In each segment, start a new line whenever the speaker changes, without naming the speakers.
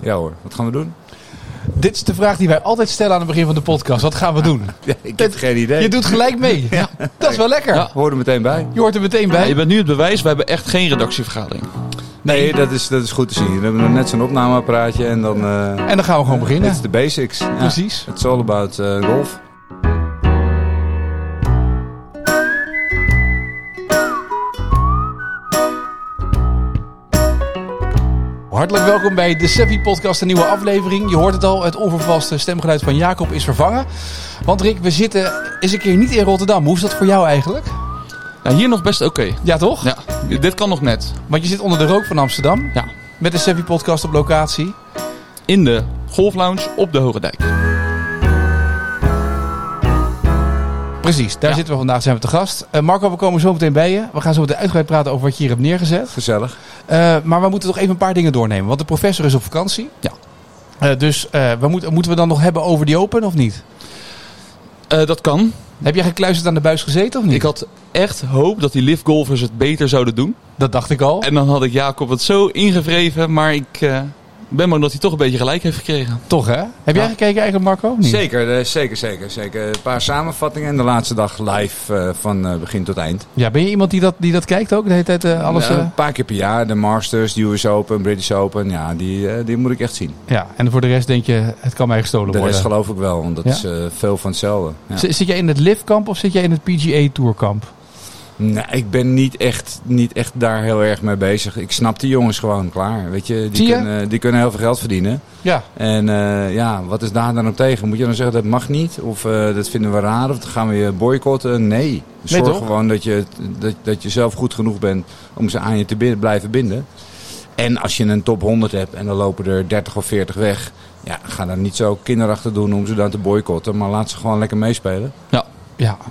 Ja hoor, wat gaan we doen?
Dit is de vraag die wij altijd stellen aan het begin van de podcast. Wat gaan we doen?
ik heb geen idee.
Je doet gelijk mee. Ja, dat is wel lekker.
Ja, hoor er meteen bij.
Je hoort er meteen
Ja, je
bij.
bent nu het bewijs, we hebben echt geen redactievergadering.
Nee, dat is, dat is goed te zien. We hebben net zo'n opnameapparaatje en dan... eh,
En dan gaan we gewoon
Dit
beginnen.
is de basics. Ja.
Precies.
It's all about eh, golf.
Hartelijk welkom bij de Seppi Podcast, een nieuwe aflevering. Je hoort het al, het onvervaste stemgeluid van Jacob is vervangen. Want Rick, we zitten eens een keer niet in Rotterdam. Hoe is dat voor jou eigenlijk?
Nou, hier nog best oké.
Ja, toch?
Ja, dit kan nog net.
Want je zit onder de rook van Amsterdam
Ja.
met de Seppi Podcast op locatie.
In de golflounge op de Hoge Dijk.
Precies, daar
Ja.
zitten we vandaag, zijn we te gast. Eh, Marco, we komen zo meteen bij je. We gaan zo meteen uitgebreid praten over wat je hier hebt neergezet.
Gezellig.
Eh, maar we moeten toch even een paar dingen doornemen. Want de professor is op vakantie.
Ja.
Eh, dus eh, we moeten moeten we dan nog hebben over die open of niet?
Eh, dat kan.
Heb jij gekluisterd aan de buis gezeten of niet?
Ik had echt hoop dat die liftgolfers het beter zouden doen.
Dat dacht ik al.
En dan had ik Jacob het zo ingevreven, maar ik eh, ben bang dat hij toch een beetje gelijk heeft gekregen.
Toch hè? Heb jij
Ja.
gekeken eigenlijk Marco? of Niet?
Zeker, eh, zeker, zeker, zeker. Een paar samenvattingen en de laatste dag live eh, van eh, begin tot eind.
Ja, ben je iemand die dat, die dat kijkt ook de hele tijd eh, alles?
Ja,
eh?
een paar keer per jaar. De Masters, de US Open, British Open. Ja, die, eh, die moet ik echt zien.
Ja, en voor de rest denk je, het kan mij
De
gestolen
rest
worden.
geloof ik wel, want dat
Ja?
is eh, veel van hetzelfde. Ja.
Z- Zit jij in het LIV-kamp of zit jij in het PGA-tourkamp?
Nee, ik ben niet echt, niet echt daar heel erg mee bezig. Ik snap die jongens gewoon klaar. Weet je,
Zie
die,
je?
Kunnen, eh, die kunnen heel veel geld verdienen.
Ja,
En eh, ja, wat is daar dan op tegen? Moet je dan zeggen dat mag niet? Of eh, dat vinden we raar? Of dat gaan we je boycotten? Nee. Zorg
toch?
gewoon dat je, dat, dat je zelf goed genoeg bent om ze aan je te bin- blijven binden. En als je een top 100 hebt en dan lopen er 30 of 40 weg. Ja, ga dan niet zo kinderachtig doen om ze dan te boycotten. Maar laat ze gewoon lekker meespelen.
ja.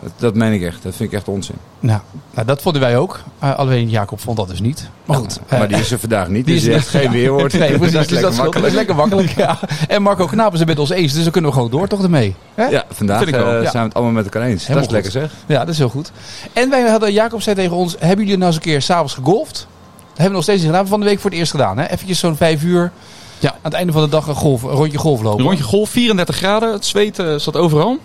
Dat, dat meen ik echt. Dat vind ik echt onzin.
Nou, nou, dat vonden wij ook. Eh, alleen Jacob vond dat dus niet. Maar goed. eh,
maar die is er vandaag niet. Die
die is
is
er-
echt Dus geen weerwoord.
Nee, precies.
Dat is
dus
lekker
dat scheelt. Dat is
makkelijk.
lekker makkelijk. Ja. En Marco Knaap is het met ons eens, dus dan kunnen we gewoon door toch ermee. Hè?
Ja, vandaag
Vind ik wel.
eh,
Ja.
zijn we het allemaal met elkaar eens.
Helemaal
dat is lekker zeg.
Ja, dat is heel goed. En wij hadden, Jacob zei tegen ons, hebben jullie nou eens een keer s'avonds gegolfd? Dat hebben we nog steeds niet gedaan. We hebben Van de week voor het eerst gedaan. Hè? Eventjes zo'n vijf uur.
Ja.
Aan het einde van de dag een, golf, een rondje golf lopen.
Een rondje golf, 34 graden, het zweet eh, zat overal.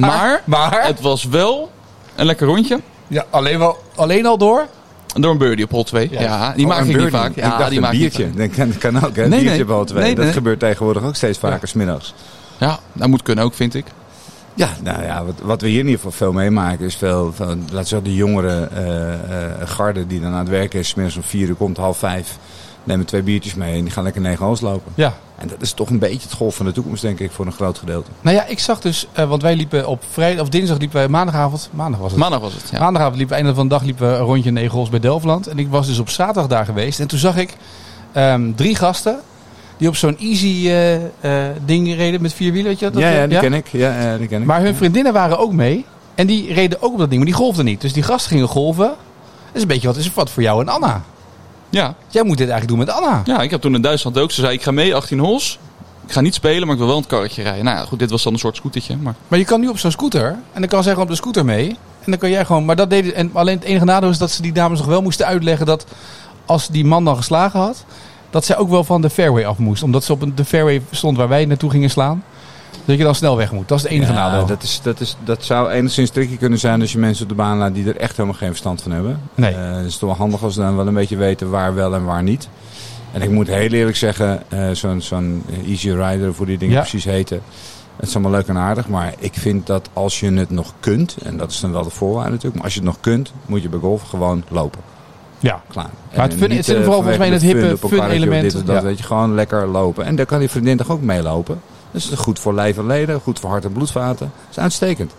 maar
Maar,
het was wel een lekker rondje.
ja, alleen, wel, alleen al door.
Door een birdie op hol 2.
Ja.
Ja, die
Oh,
maak
een
ik niet
birdie.
vaak.
Ik
Ja,
dacht
die
een
maak ik niet
biertje. Dat kan, dat kan ook, hè?
Nee, nee.
biertje wel twee.
Nee,
dat
nee.
gebeurt tegenwoordig ook steeds vaker, smiddags.
vaak. Ja, dat moet kunnen ook, vind ik.
Ja, nou ja, wat, wat we hier in ieder geval veel meemaken is veel, veel laten we zeggen, de jongere eh, eh, garde die dan aan het werken is. Smiddags om vier uur komt, half vijf, nemen twee biertjes mee en die gaan lekker negen holes lopen.
Ja.
En dat is toch een beetje het golf van de toekomst, denk ik, voor een groot gedeelte.
Nou ja, ik zag dus, eh, want wij liepen op vrijdag, of dinsdag liepen wij maandagavond. Maandag was het.
Maandag was het. Ja.
Maandagavond liepen we einde van de dag liepen we een rondje in Egels bij Delftland. En ik was dus op zaterdag daar geweest. En toen zag ik ehm, drie gasten die op zo'n easy eh, eh, ding reden met vier wielen. Weet je dat?
Ja, ja, die ken ik. Ja, eh, die ken ik.
Maar hun vriendinnen waren ook mee. En die reden ook op dat ding, maar die golfden niet. Dus die gasten gingen golven. Dat is een beetje wat is wat voor jou en Anna.
Ja.
Jij moet dit eigenlijk doen met Anna.
ja, ik heb toen in Duitsland ook. Ze zei, ik ga mee, 18 hols. Ik ga niet spelen, maar ik wil wel een karretje rijden. Nou ja, goed, dit was dan een soort scootertje. Maar
Maar je kan nu op zo'n scooter. En dan kan zij gewoon op de scooter mee. En dan kan jij gewoon. Maar dat deden. En alleen het enige nadeel is dat ze die dames nog wel moesten uitleggen dat als die man dan geslagen had, dat zij ook wel van de fairway af moest. Omdat ze op een- de fairway stond waar wij naartoe gingen slaan. Dat je dan snel weg moet. Dat is het enige
Ja,
nadeel.
dat, is, dat, is, dat zou enigszins tricky kunnen zijn als je mensen op de baan laat die er echt helemaal geen verstand van hebben.
Nee.
Eh, het is toch wel handig als ze dan wel een beetje weten waar wel en waar niet. En ik moet heel eerlijk zeggen, eh, zo'n zo'n Easy Rider, of hoe die dingen
Ja.
precies heten. Het is allemaal leuk en aardig, maar ik vind dat als je het nog kunt, en dat is dan wel de voorwaarde natuurlijk, maar als je het nog kunt, moet je bij golf gewoon lopen.
Ja.
Klaar.
Maar het
En
fun-
niet,
het zit
eh,
vooral volgens mij
vanwege
in het
de fun
hippe
op een karretje of
fun-element.
dit of Dat,
Ja.
Weet je, gewoon lekker lopen. En daar kan die vriendin toch ook mee lopen. Dus goed voor lijf en leden, goed voor hart en bloedvaten. Dat is uitstekend.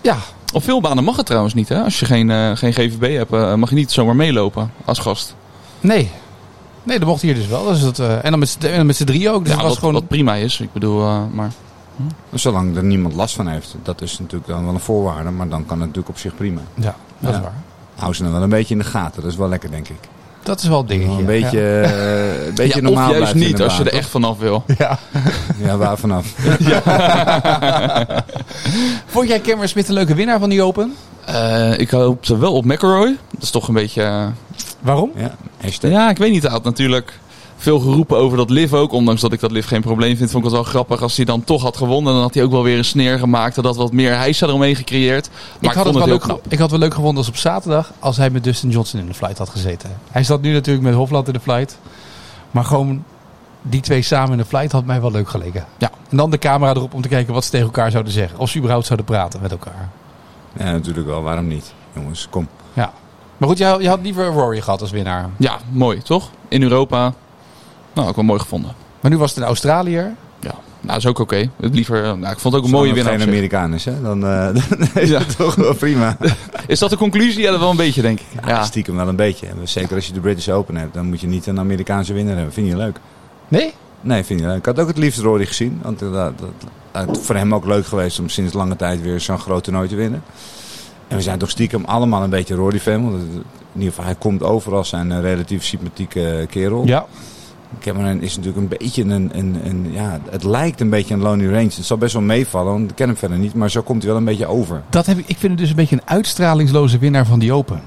Ja,
op veel banen mag het trouwens niet. Hè? Als je geen, eh, geen GVB hebt, eh, mag je niet zomaar meelopen als gast.
nee. Nee, dat mocht hier dus wel. Dus dat, eh, en dan met z'n- en dan met z'n drieën ook. Dus
Ja,
het was
wat,
gewoon.
wat prima is. Ik bedoel, eh, maar
Zolang er niemand last van heeft, dat is natuurlijk dan wel een voorwaarde. Maar dan kan het natuurlijk op zich prima.
ja, dat is
Ja.
waar.
Hou ze dan wel een beetje in de gaten, dat is wel lekker, denk ik.
Dat is wel het dingetje.
Wel een beetje,
Ja.
eh, een beetje
Ja,
normaal
of juist
blijven in
niet,
de
als je er
baan,
echt vanaf wil.
Ja.
toch? Ja, waar vanaf?
Vond jij Cameron Smith een leuke winnaar van die Open?
Eh, ik hoopte wel op McElroy. Dat is toch een beetje... eh,
Waarom?
Ja, hashtag.
ja, ik weet niet, hij had natuurlijk veel geroepen over dat Liv ook. Ondanks dat ik dat Liv geen probleem vind, vond ik het wel grappig. Als hij dan toch had gewonnen, dan had hij ook wel weer een sneer gemaakt. En dat wat meer hijsa eromheen gecreëerd. Maar
ik, had het
vond
wel
heel
leuk, ge- ik had wel leuk gevonden als op zaterdag als hij met Dustin Johnson in de flight had gezeten. Hij zat nu natuurlijk met Hofland in de flight. Maar gewoon die twee samen in de flight had mij wel leuk geleken.
Ja.
En dan de camera erop om te kijken wat ze tegen elkaar zouden zeggen. Of ze überhaupt zouden praten met elkaar.
Ja, natuurlijk wel. Waarom niet? Jongens, kom.
Ja. Maar goed, jij, je had liever Rory gehad als winnaar.
Ja, mooi toch? In Europa. Nou, ook wel mooi gevonden.
Maar nu was het een Australiër.
Ja, nou is ook oké. Het Liever, eh, nou, ik vond het ook een
Zolang
mooie
het
winnaar.
geen
op zich.
Amerikaan is, hè? Dan, eh, dan is
Ja.
het toch wel prima.
Is dat de conclusie? Ja, dat wel een beetje, denk ik. Ja,
Ja. Stiekem wel een beetje. En Zeker als je de British Open hebt, dan moet je niet een Amerikaanse winnaar hebben. Vind je leuk?
Nee?
Nee, vind je leuk. Ik had ook het liefst Rory gezien. Want eh, dat, dat, het is voor hem ook leuk geweest om sinds lange tijd weer zo'n groot toernooi te winnen. En we zijn toch stiekem allemaal een beetje Rory-fan. want het- In ieder geval, hij komt over als een eh, relatief sympathieke eh, kerel.
Ja.
Cameron is natuurlijk een beetje een, een, een- ja, het lijkt een beetje een Lonely Ranger. Het zal best wel meevallen, want ik ken hem verder niet, maar zo komt hij wel een beetje over.
Dat heb ik, ik vind het dus een beetje een uitstralingsloze winnaar van die Open.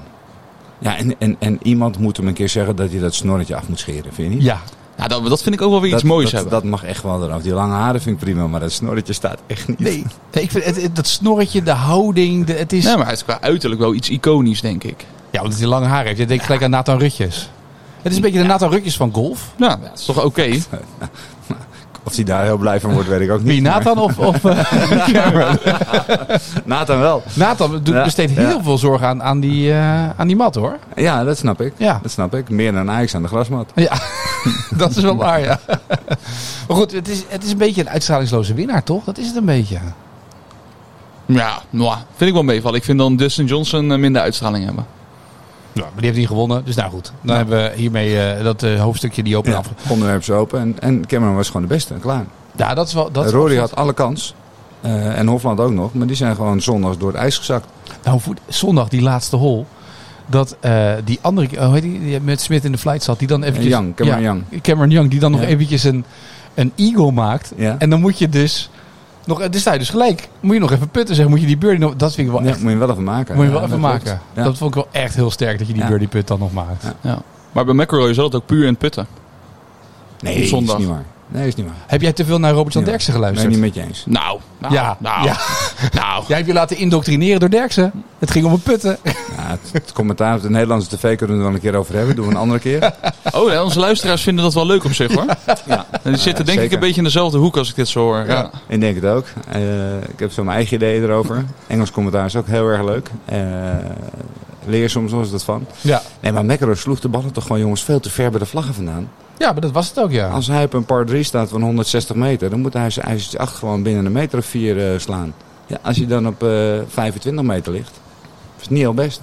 Ja, en, en, en iemand moet hem een keer zeggen dat hij dat snorretje af moet scheren, vind je niet?
Ja.
Ja, dat, dat vind ik ook wel weer iets
dat,
moois
dat,
hebben.
Dat mag echt wel eraf. Die lange haren vind ik prima, maar dat snorretje staat echt niet.
Nee. nee ik vind het, het- dat snorretje, de houding, de, het is...
Nee, maar hij is qua uiterlijk wel iets iconisch, denk ik.
Ja, omdat hij lange haar heeft. Je denkt gelijk aan Nathan Rutjes. Het is een beetje de Nathan Rutjes van golf.
Nou, dat is toch oké?
Of hij daar heel blij van wordt, weet ik ook niet.
Wie, Nathan of, of eh, Cameron?
maar- Nathan wel.
Nathan doet-
Ja,
besteedt heel
ja.
veel zorg aan, aan, die, eh, aan die mat, hoor.
Ja, dat snap ik.
Ja.
Dat snap ik. Meer dan Ajax aan de grasmat.
Ja, dat is wel waar, ja. Maar goed, het is, het is een beetje een uitstralingsloze winnaar, toch? Dat is het een beetje.
Ja, nou, vind ik wel meevallen. Ik vind dan Dustin Johnson eh, minder uitstraling hebben.
Ja, maar die heeft niet gewonnen, dus nou goed. Dan hebben we hiermee eh, dat eh, hoofdstukje die open
Ja.
af.
Nou, Onderwerp is open. En, en Cameron was gewoon de beste. en Klaar.
Ja, dat is wel... Dat is
Rory
wel-
had alle kans. Eh, en Hofland ook nog. Maar die zijn gewoon zondags door het ijs gezakt.
Nou, voor zondag die laatste hole. Dat eh, die andere, oh, hoe heet die, die met Smit in de flight zat, die dan eventjes...
Eh, Young, Cameron
Young. Cameron Young, die dan nog
Ja.
eventjes een, een eagle maakt.
Ja.
En dan moet je dus, nog, eh, dan sta je dus gelijk. Moet je nog even putten, zeg, moet je die birdie nog... Dat vind ik wel
Ja,
echt,
moet je wel even maken.
moet je
Ja,
wel even
dat
maken.
klopt. Ja.
Dat vond ik wel echt heel sterk, dat je die
Ja.
birdie put dan nog maakt.
Ja. Maar bij McElroy zat het ook puur in het putten.
Nee, is
zondag.
niet waar. Nee, is niet waar.
Heb jij te veel naar Robert Jan
Ja.
Derksen
Ben
geluisterd?
ik niet met je eens.
Nou, nou,
ja.
nou,
ja.
nou.
Jij hebt je laten indoctrineren door Derksen. Het ging om een putten.
Ja, Nou, het, het commentaar op de Nederlandse tv kunnen we er wel een keer over hebben. Doen we een andere keer.
Oh, ja, onze luisteraars vinden dat wel leuk op zich, hoor.
Ja.
En die zitten denk ik
zeker.
een beetje in dezelfde hoek als ik dit zo hoor. Ja.
Ik denk het ook. Eh, ik heb zo mijn eigen ideeën erover. Engels commentaar is ook heel erg leuk. Eh, leer soms wel eens dat van.
Ja.
Nee, maar McEnroe sloeg de ballen toch gewoon jongens veel te ver bij de vlaggen vandaan.
ja, maar dat was het ook, ja.
Als hij op een par 3 staat van 160 meter, dan moet hij zijn ijzertje 8 gewoon binnen een meter of 4 slaan. Ja, als hij dan op eh, 25 meter ligt, is het niet heel best.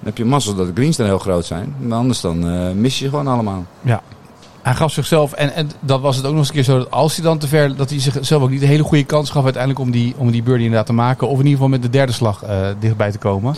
Dan heb je mazzel dat de greens dan heel groot zijn. Maar anders dan eh, mis je ze gewoon allemaal.
Hij gaf zichzelf, en, en dat was het ook nog eens een keer zo, dat als hij dan te ver, dat hij zichzelf ook niet de hele goede kans gaf uiteindelijk om die, om die birdie inderdaad te maken. Of in ieder geval met de derde slag eh, dichtbij te komen.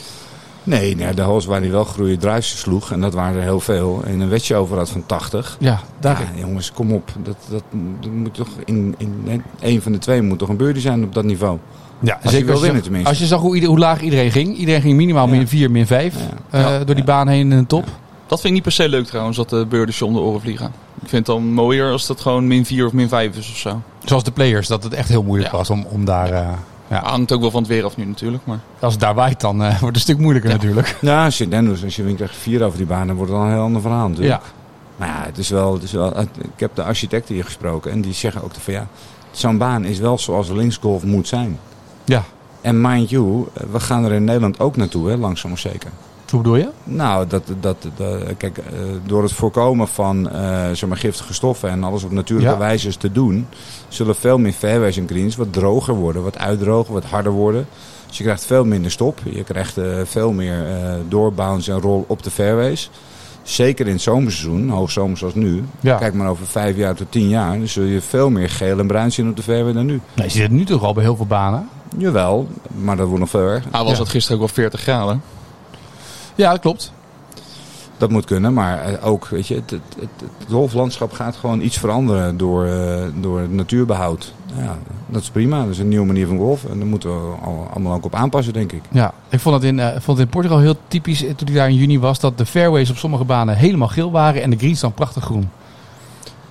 Nee, nee de holes waar hij wel groeien druisjes sloeg, en dat waren er heel veel, en een wedje over had van 80.
Ja, daar.
Ja, Ah, jongens, kom op. Dat, dat, dat moet toch in, in, een van de twee moet toch een birdie zijn op dat niveau.
Ja,
je wil
zag-
winnen tenminste.
Als je zag hoe, ieder- hoe laag iedereen ging. Iedereen ging minimaal
Ja.
min 4, min 5.
Ja.
eh, door die baan heen in de top.
Dat vind ik niet per se leuk trouwens, dat de beurden om de oren vliegen. Ik vind het dan mooier als dat gewoon min 4 of min 5 is of zo.
Zoals de players, dat het echt heel moeilijk
Ja.
was om, om daar... eh, ja.
Hangt ook wel van het weer af nu natuurlijk, maar...
Als het daar waait, dan eh, wordt het een stuk moeilijker natuurlijk.
Ja, als je, dan dus, als je wint echt vier over die baan, dan wordt het al een heel ander verhaal natuurlijk.
Ja.
Maar ja, het is wel, het is wel, het- ik heb de architecten hier gesproken en die zeggen ook van ja, zo'n baan is wel zoals linksgolf moet zijn.
Ja.
En mind you, eh, we gaan er in Nederland ook naartoe, hè, langzaam maar zeker.
Hoe bedoel je?
Nou, dat, dat, dat- kijk, eh, door het voorkomen van eh, zeg maar, giftige stoffen en alles op natuurlijke
Ja.
wijze te doen, zullen veel meer fairways en greens wat droger worden, wat uitdrogen, wat harder worden. Dus je krijgt veel minder stop, je krijgt eh, veel meer eh doorbounce en roll op de fairways. Zeker in het zomerseizoen, hoogzomer zoals nu.
Ja.
Kijk maar over vijf jaar tot tien jaar, dan zul je veel meer geel en bruin zien op de fairway dan nu.
Nou, je ziet het nu toch al bij heel veel banen.
Jawel, maar dat wordt nog veel erger.
Ah, was
Ja.
dat gisteren ook wel 40 graden?
Ja, dat klopt.
Dat moet kunnen, maar eh, ook, weet je, het, het, het, het golflandschap gaat gewoon iets veranderen door, eh, door het natuurbehoud. Ja, dat is prima, dat is een nieuwe manier van golf en daar moeten we al- allemaal ook op aanpassen, denk ik.
Ja, ik vond het in, eh, vond het in Portugal heel typisch eh, toen ik daar in juni was. Dat de fairways op sommige banen helemaal geel waren en de greens dan prachtig groen.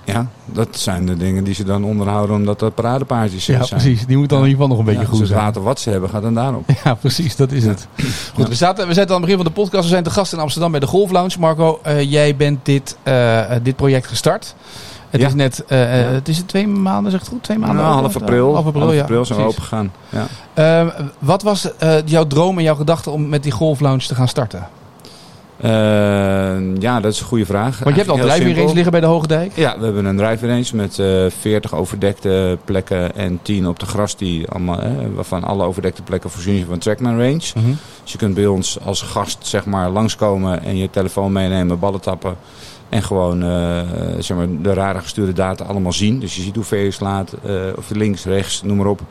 Ja, dat zijn de dingen die ze dan onderhouden omdat dat paradepaardjes
Ja,
zijn.
precies. Die moet dan in ieder geval nog een beetje
Ja,
goed
dus het
zijn.
later wat ze hebben gaat dan daarop.
Ja, precies, dat is het. Goed, we, zaten, we zaten aan het begin van de podcast. We zijn te gast in Amsterdam bij de Golf Lounge. Marco, eh, jij bent dit, eh, dit project gestart. Het
Ja.
is net, eh, eh, het is twee maanden, zegt het goed? Twee maanden?
Nou, half april,
Half april, ja.
zijn we
precies.
open gegaan. Ja.
Eh, wat was eh, jouw droom en jouw gedachte om met die Golf Lounge te gaan starten?
Eh, ja, dat is een goede vraag.
Want je hebt
Eigenlijk
al
heel
drijfweer eens
simpel.
liggen bij de Hoge Dijk.
Ja, we hebben een driving range met eh 40 overdekte plekken en 10 op de gras. Die allemaal, eh, waarvan alle overdekte plekken voorzien zijn van Trackman Range. Dus je kunt bij ons als gast zeg maar, langskomen en je telefoon meenemen, ballen tappen. En gewoon eh, zeg maar, de rare gestuurde data allemaal zien. Dus je ziet hoe ver je slaat, eh, of je links, rechts, noem maar op.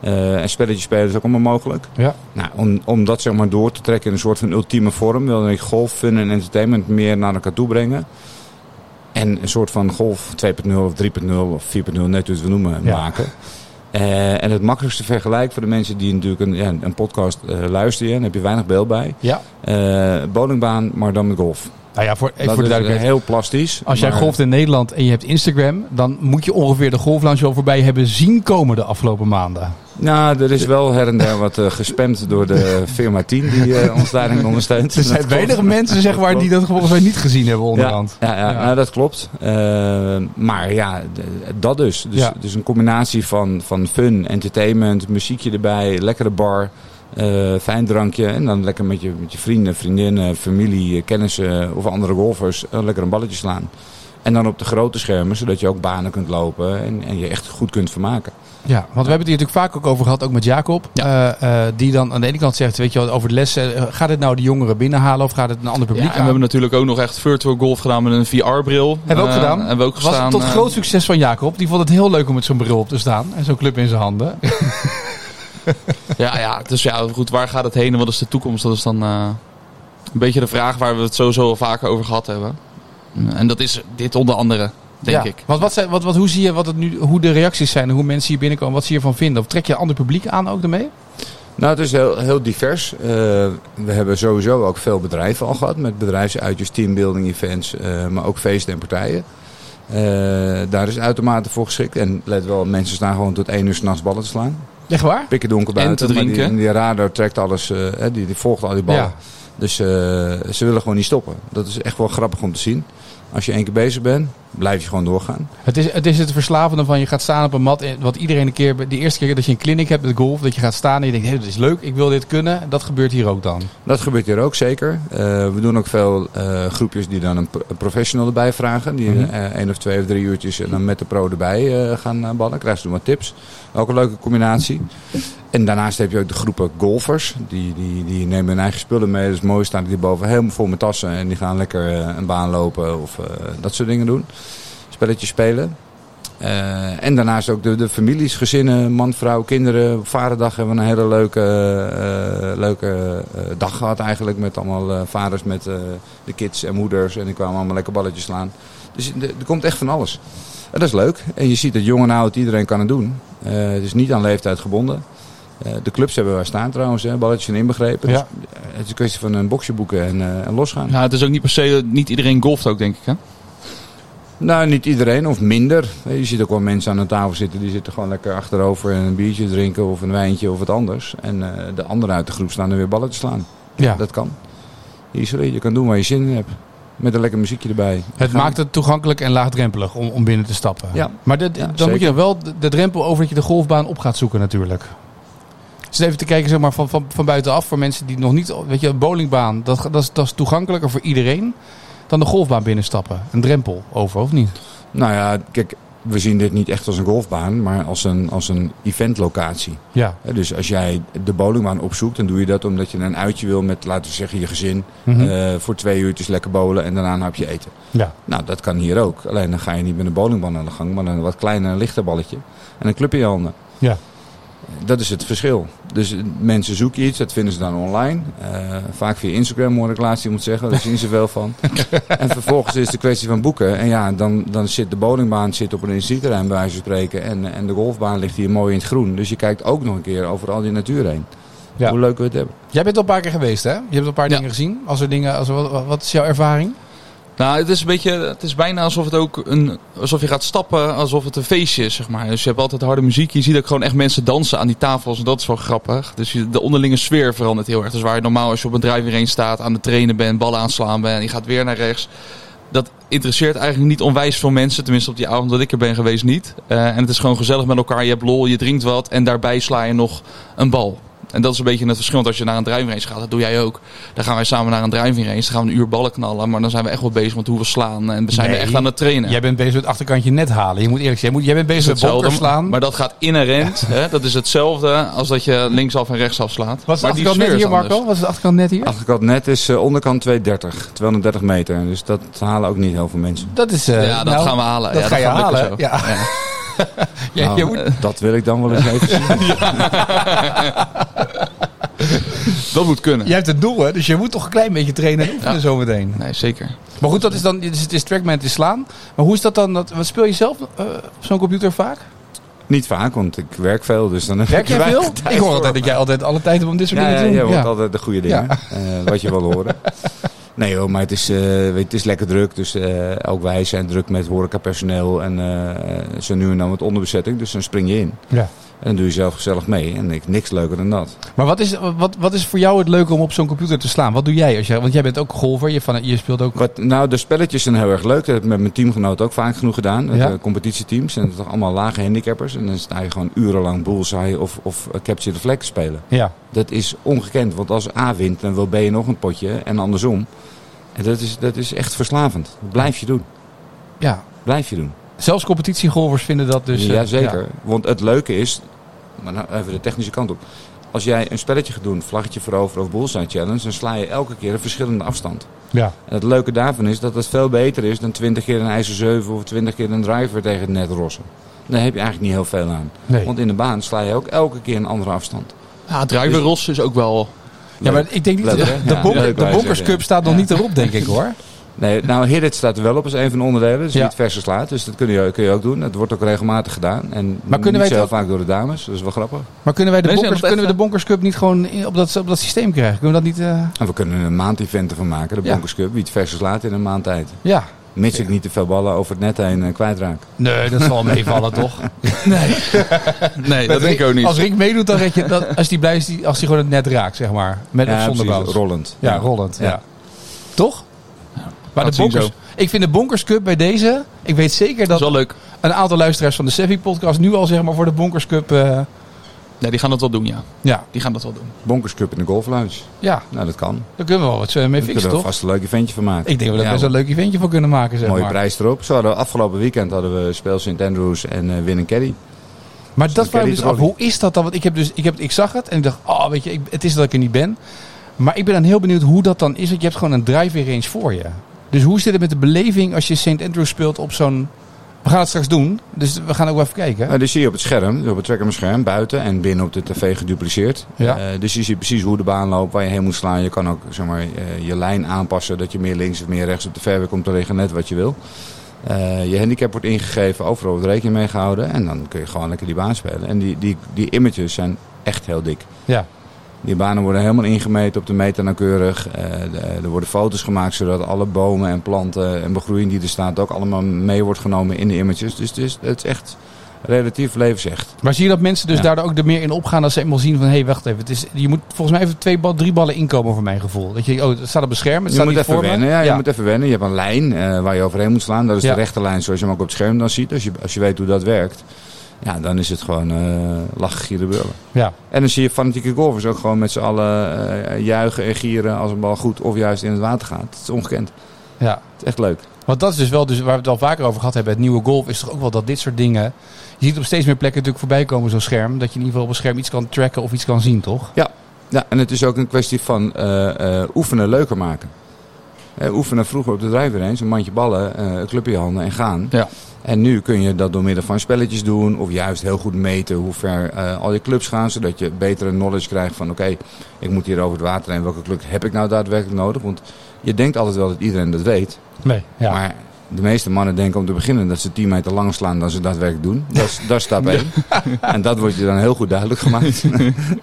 Eh, en spelletjes spelen is ook allemaal mogelijk.
Ja.
Nou, om, om dat zeg maar door te trekken in een soort van ultieme vorm, wilde ik golf, fun en entertainment meer naar elkaar toe brengen. En een soort van golf 2.0 of 3.0 of 4.0, net hoe we het noemen,
Ja.
maken. Eh, en het makkelijkste vergelijk voor de mensen die natuurlijk een, ja, een podcast eh, luisteren, daar heb je weinig beeld bij.
Ja.
Eh, bowlingbaan, maar dan met golf.
Nou ja, voor, even
dat
voor de
is
duidelijkheid.
heel plastisch.
Als jij
maar-
golft in Nederland en je hebt Instagram, dan moet je ongeveer de Golf Lounge wel voorbij hebben zien komen de afgelopen maanden.
Nou, er is wel her en der wat eh, gespamd door de firma 10 die eh, ons daarin ondersteunt.
Er zijn
Dat klopt.
weinig mensen zeg maar, die dat volgens mij niet gezien hebben onderhand.
Ja, ja, ja,
Ja.
nou, dat klopt. Eh, maar ja, d- dat dus. Dus,
Ja.
dus een combinatie van, van fun, entertainment, muziekje erbij, lekkere bar, eh, fijn drankje. En dan lekker met je, met je vrienden, vriendinnen, familie, eh, kennissen of andere golfers eh, lekker een balletje slaan. En dan op de grote schermen, zodat je ook banen kunt lopen en, en je echt goed kunt vermaken.
Ja, want we hebben het hier natuurlijk vaak ook over gehad, ook met Jacob. eh, eh, die dan aan de ene kant zegt, weet je wel, over de lessen. eh, gaat dit nou de jongeren binnenhalen of gaat het een ander publiek
Ja, en we
aan?
hebben natuurlijk ook nog echt virtual golf gedaan met een VR-bril.
Hebben we ook gedaan.
Eh, Hebben we ook
was
gestaan.
het tot
eh,
groot succes van Jacob. Die vond het heel leuk om met zo'n bril op te staan en zo'n club in zijn handen.
Ja, ja, dus ja, goed, waar gaat het heen en wat is de toekomst? Dat is dan eh, een beetje de vraag waar we het sowieso al vaker over gehad hebben. En dat is dit onder andere, denk
Ja.
ik.
Want wat, zijn- wat, wat, hoe zie je wat het nu, hoe de reacties zijn en hoe mensen hier binnenkomen, wat ze hiervan vinden? Of trek je een ander publiek aan ook daarmee?
Nou, het is heel, heel divers. Eh, we hebben sowieso ook veel bedrijven al gehad. Met bedrijfsuitjes, teambuilding events, eh, maar ook feesten en partijen. Eh, daar is uitermate voor geschikt. En let wel, mensen staan gewoon tot één uur s'nachts ballen te slaan.
Echt waar?
Pikken donker
En
buiten.
te
maar die-
drinken.
Die, radar trekt alles, eh, hè, die, die volgt al die ballen.
Ja.
Dus eh, ze willen gewoon niet stoppen. Dat is echt wel grappig om te zien. Als je één keer bezig bent, blijf je gewoon doorgaan.
Het is, het is het verslavende van je gaat staan op een mat. en Wat iedereen een keer, de eerste keer dat je een clinic hebt met golf, dat je gaat staan en je denkt, hé, dit is leuk, ik wil dit kunnen. Dat gebeurt hier ook dan.
Dat gebeurt hier ook zeker. Eh, we doen ook veel eh, groepjes die dan een, pro- een professional erbij vragen. Die
Mhm.
eh, één of twee of drie uurtjes en dan met de pro erbij eh, gaan eh, ballen. Krijgen ze toen wat tips. Ook een leuke combinatie. En daarnaast heb je ook de groepen golfers. Die, die, die nemen hun eigen spullen mee. Dus mooi staan die boven helemaal vol met tassen. En die gaan lekker eh, een baan lopen of eh, dat soort dingen doen. Spelletjes spelen. Eh, en daarnaast ook de, de families, gezinnen, man, vrouw, kinderen. Op Vaderdag hebben we een hele leuke, eh, leuke eh, dag gehad eigenlijk. Met allemaal eh, vaders met eh, de kids en moeders. En die kwamen allemaal lekker balletjes slaan. Dus de- er komt echt van alles. En dat is leuk. En je ziet dat jong en oud iedereen kan het doen. Eh, het is niet aan leeftijd gebonden. Eh, de clubs hebben wij staan trouwens. Hè, balletjes zijn inbegrepen.
Ja.
Dus, eh, het is een kwestie van een boxje boeken en, eh, en losgaan.
Ja, Nou, het is ook niet per se, eh, niet iedereen golft ook, denk ik. Hè?
Nou, niet iedereen of minder. Je ziet ook wel mensen aan de tafel zitten die zitten gewoon lekker achterover en een biertje drinken of een wijntje of wat anders. En eh, de anderen uit de groep staan er weer ballen te slaan.
Ja.
Dat kan. Easily, je kan doen waar je zin in hebt. Met een lekker muziekje erbij.
Het maakt het toegankelijk en laagdrempelig om, om binnen te stappen.
Ja.
Maar dit-
Ja,
dan
zeker.
moet je dan wel de, de drempel over dat je de golfbaan op gaat zoeken natuurlijk. Dus even te kijken zeg maar, van, van, van buitenaf voor mensen die nog niet... Weet je, een bowlingbaan, dat, dat, is, dat is toegankelijker voor iedereen dan de golfbaan binnenstappen. Een drempel over, of niet?
Nou ja, kijk, we zien dit niet echt als een golfbaan, maar als een, als een eventlocatie.
Ja.
Hè, Dus als jij de bowlingbaan opzoekt, dan doe je dat omdat je een uitje wil met, laten we zeggen, je gezin.
Mhm.
eh, voor twee uurtjes lekker bowlen en daarna een hapje eten.
ja.
Nou, dat kan hier ook. Alleen dan ga je niet met een bowlingbal aan de gang, maar een wat kleiner, lichter balletje. En een club in je handen.
Ja.
Dat is het verschil. Dus eh, mensen zoeken iets, dat vinden ze dan online. Eh, vaak via Instagram hoor ik laatst iemand zeggen, daar zien ze veel van. en vervolgens is het de kwestie van boeken. En ja, dan, dan zit de bowlingbaan zit op een industrieterrein bij wijze van spreken. En, en de golfbaan ligt hier mooi in het groen. Dus je kijkt ook nog een keer over al die natuur heen.
Ja.
Hoe leuk we het hebben.
Jij bent al een paar keer geweest, hè? Je hebt al een paar
Ja.
dingen gezien. Als er dingen, als er, wat, wat is jouw ervaring?
Nou, het is een beetje, het is bijna alsof het ook een, alsof je gaat stappen, alsof het een feestje is, zeg maar. Dus je hebt altijd harde muziek. Je ziet ook gewoon echt mensen dansen aan die tafels en dat is wel grappig. Dus je- de onderlinge sfeer verandert heel erg. Dus waar je normaal als je op een drijver heen staat, aan het trainen bent, ballen aanslaan bent, en je gaat weer naar rechts. Dat interesseert eigenlijk niet onwijs veel mensen, tenminste op die avond dat ik er ben geweest niet. Eh, en het is gewoon gezellig met elkaar. Je hebt lol, je drinkt wat en daarbij sla je nog een bal. En dat is een beetje het verschil. Want als je naar een drijvingrace gaat, dat doe jij ook. Dan gaan wij samen naar een drijvingrace. Dan gaan we een uur ballen knallen. Maar dan zijn we echt wel bezig met hoe we slaan. En we zijn
Nee.
we echt aan het trainen.
Jij bent bezig met het achterkantje net halen. Je moet eerlijk zijn. Je moet- Jij bent bezig met
Hetzelfde,
bokker slaan.
Maar dat gaat inherent. Hè? Dat is hetzelfde als dat je linksaf en rechtsaf slaat.
was de
maar die
achterkant net
sfeer
hier,
is anders.
Marco? Was de achterkant net hier?
Achterkant net is eh, onderkant 230, 230 meter. Dus dat halen ook niet heel veel mensen.
Dat is... eh,
Ja, dat
nou,
gaan we halen.
Dat
ja,
ga je
gaat lukken
halen.
zo.
Ja. Ja,
Nou,
je moet-
Dat wil ik dan wel eens even zien.
Dat moet kunnen.
Jij hebt het doel, hè? Dus je moet toch een klein beetje trainen en oefenen zometeen.
Nee, zeker.
Maar goed, dat is dan, dus het is trackman, het is slaan. Maar hoe is dat dan? Dat, wat speel je zelf eh, op zo'n computer vaak?
Niet vaak, want ik werk veel. Dus dan heb
Werk
ik
jij
weinig
veel?
tijd
Ik hoor
voor.
altijd dat jij altijd alle tijd hebt om dit soort
Ja, ja,
dingen te
ja,
doen.
want altijd de goede dingen.
Ja.
eh, wat je wil horen. Nee hoor, maar het is, eh, weet, je, het is lekker druk. Dus eh, ook wij zijn druk met horecapersoneel. En eh, zo nu en dan met onderbezetting. Dus dan spring je in.
Ja.
En dan doe je zelf gezellig mee. En ik, niks leuker dan dat.
Maar wat is, wat, wat is voor jou het leuke om op zo'n computer te slaan? Wat doe jij? Als jij want jij bent ook golfer, je, van, je speelt ook...
Wat, nou, de spelletjes zijn heel erg leuk. Dat heb ik met mijn teamgenoot ook vaak genoeg gedaan.
Ja.
De competitieteams. En dat zijn allemaal lage handicappers. En dan sta je gewoon urenlang bullseye of, of eh, capture the flag te spelen.
Ja.
Dat is ongekend, want als A wint, dan wil B nog een potje en andersom. En dat is, dat is echt verslavend. Dat blijf je doen.
ja.
Blijf je doen.
Zelfs competitiegolfers vinden dat dus... eh,
Jazeker. Want het leuke is, maar nou even de technische kant op. Als jij een spelletje gaat doen, vlaggetje voorover of bullseye challenge, dan sla je elke keer een verschillende afstand.
Ja.
En het leuke daarvan is dat het veel beter is dan 20 keer een ijzer 7 of 20 keer een driver tegen het net rossen. Daar heb je eigenlijk niet heel veel aan.
Nee.
Want in de baan sla je ook elke keer een andere afstand.
Ja, druivenros is ook wel...
ja,
Leuk.
maar ik denk niet...
Leuk, hè?
de
Ja,
Bonk-
leuk,
de
wij
Bonkers
zeggen.
Cup staat nog niet erop, denk ik hoor.
Nee, nou Hiddit staat er wel op als een van de onderdelen. Dus
Ja.
niet verse slaat. Dus dat kun je, kun je ook doen. Dat wordt ook regelmatig gedaan. En
Maar kunnen
niet
wij
zo
het ook-
vaak door de dames. Dat is wel grappig.
Maar kunnen wij de,
Nee, zijn
bonkers,
dat echt,
kunnen we de Bonkers Cup niet gewoon in- op dat, op dat systeem krijgen? Kunnen we dat niet... eh,
En we kunnen een maand event ervan maken. De
Ja.
Bonkers Cup. Wie het verse slaat in een maand tijd.
Ja.
Mits ik niet te veel ballen over het net heen eh, kwijtraak.
Nee, dat zal meevallen toch?
Nee, dat denk ik ook niet.
Als Rick meedoet, dan red je... Dat, als die blij is, die, als die gewoon het net raakt, zeg maar. Met of zonder
precies,
bounce.
rollend.
Ja, rollend. Ja.
Ja.
Toch? Maar
dat
de
zien
bonkers,
zo.
ik vind de Bonkers Cup bij deze... Ik weet zeker
Dat
dat
is wel leuk.
een aantal luisteraars van de Sevi-podcast... nu al zeg maar voor de Bonkers Cup... eh,
Nee, die gaan dat wel doen, ja.
ja.
Die gaan dat wel doen.
Bonkers Cup in de Golf Lounge.
ja,
Nou, dat kan.
daar kunnen we wel wat eh, mee
Daar kunnen
fixen,
we
toch?
vast een leuk eventje van maken.
Ik denk dat we daar
Ja,
best wel een leuk eventje van kunnen maken, zeg
Mooie
maar.
prijs erop. Zo hadden we afgelopen weekend hadden we speel St. Andrews en eh Win Caddy.
Maar dat
dan
vraag ik
ken
me dus
je het
af.
ook
Hoe is dat dan? Want ik, heb dus, ik, heb, ik zag het en ik dacht, oh, weet je, ik, het is dat ik er niet ben. Maar ik ben dan heel benieuwd hoe dat dan is. Want je hebt gewoon een driving range voor je. Dus hoe zit het met de beleving als je St. Andrews speelt op zo'n... We gaan het straks doen, dus we gaan ook wel even kijken.
Nou, dus zie je op het scherm, dus op het trekkermscherm, buiten en binnen op de tv gedupliceerd.
Ja.
Eh, dus je ziet precies hoe de baan loopt, waar je heen moet slaan. Je kan ook zeg maar, eh, je lijn aanpassen, dat je meer links of meer rechts op de fairway komt te liggen, net wat je wil. Eh, je handicap wordt ingegeven, overal wordt rekening mee gehouden en dan kun je gewoon lekker die baan spelen. En die, die, die images zijn echt heel dik.
Ja.
Die banen worden helemaal ingemeten op de meter nauwkeurig. Eh, de- er worden foto's gemaakt zodat alle bomen en planten en begroeiing die er staat ook allemaal mee wordt genomen in de images. Dus het is, het is echt relatief levensecht.
Maar zie je dat mensen dus
Ja.
daardoor ook er meer in opgaan als ze eenmaal zien van... Hé, hey, wacht even, het is, je moet volgens mij even twee bal, drie ballen inkomen voor mijn gevoel. Dat je denkt, oh, het staat op een scherm, het
Je
staat
moet
niet
even
voor me.
wennen, ja, je moet even wennen. Je hebt een lijn eh, waar je overheen moet slaan. Dat is
Ja.
de rechte lijn zoals je hem ook op het scherm dan ziet. Als je, als je weet hoe dat werkt, ja, dan is het gewoon eh lachen, gieren, brullen.
ja.
En dan zie je fanatieke golfers ook gewoon met z'n allen eh, juichen en gieren als een bal goed of juist in het water gaat. Het is ongekend.
ja.
Het is echt leuk.
Want dat is dus wel, dus waar we het al vaker over gehad hebben, het nieuwe golf is toch ook wel dat dit soort dingen. Je ziet op steeds meer plekken natuurlijk voorbij komen zo'n scherm. Dat je in ieder geval op een scherm iets kan tracken of iets kan zien, toch?
Ja, en het is ook een kwestie van eh, eh, oefenen leuker maken. Eh, oefenen vroeger op de drijver eens, een mandje ballen, eh, een clubje handen en gaan.
Ja.
En nu kun je dat door middel van spelletjes doen of juist heel goed meten hoe ver eh, al je clubs gaan. Zodat je betere knowledge krijgt van oké, ik moet hier over het water heen. Welke club heb ik nou daadwerkelijk nodig? Want je denkt altijd wel dat iedereen dat weet.
Nee. Ja.
Maar De meeste mannen denken om te beginnen dat ze 10 meter langer slaan dan ze daadwerkelijk doen. Dat is, dat is stap 1. En dat wordt je dan heel goed duidelijk gemaakt.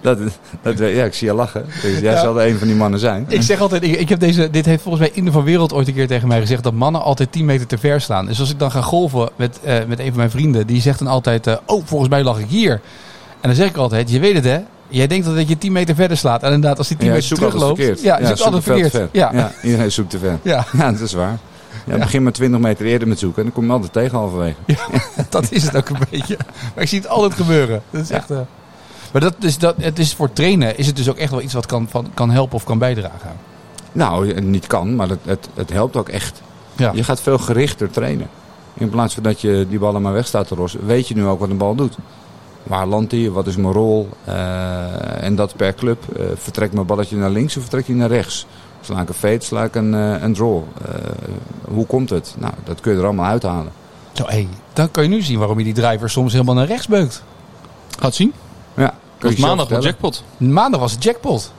dat, dat, ja, ik zie je lachen. Dus jij
Ja.
zal een van die mannen zijn.
Ik zeg altijd, ik, ik heb deze, dit heeft volgens mij Inde van Wereld ooit een keer tegen mij gezegd, dat mannen altijd 10 meter te ver slaan. Dus als ik dan ga golven met, eh, met een van mijn vrienden, die zegt dan altijd, eh, oh, volgens mij lag ik hier. En dan zeg ik altijd, je weet het hè, jij denkt altijd dat je 10 meter verder slaat. En inderdaad, als die 10
Ja, je
meter
zoekt altijd
terugloopt,
verkeerd.
ja, je zoekt altijd
zoeken veel
verkeerd.
te
Ja.
ver. Ja. iedereen zoekt te ver.
Ja,
Ja, dat is waar. Ja, Begin maar 20 meter eerder met zoeken en dan kom je altijd tegen halverwege.
dat is het ook een beetje. Maar ik zie het altijd gebeuren. Dat is
Ja.
echt, eh, maar dat is, dat, het is voor trainen is het dus ook echt wel iets wat kan, van, kan helpen of kan bijdragen.
Nou, niet kan, maar het, het, het helpt ook echt.
Ja.
Je gaat veel gerichter trainen. In plaats van dat je die ballen maar weg staat te rossen, weet je nu ook wat een bal doet. Waar landt hij? Wat is mijn rol? Eh, en dat per club. Eh, vertrekt mijn balletje naar links of vertrekt hij naar rechts? Sla ik een fade, sla ik een, eh, een draw? Eh, hoe komt het? Nou, dat kun je er allemaal uithalen.
Zo, hé, dan kan je nu zien waarom je die driver soms helemaal naar rechts beukt.
Gaat zien.
Ja,
Dat
kun
is
je zelf
maandag wel
vertellen.
jackpot.
Maandag was het jackpot.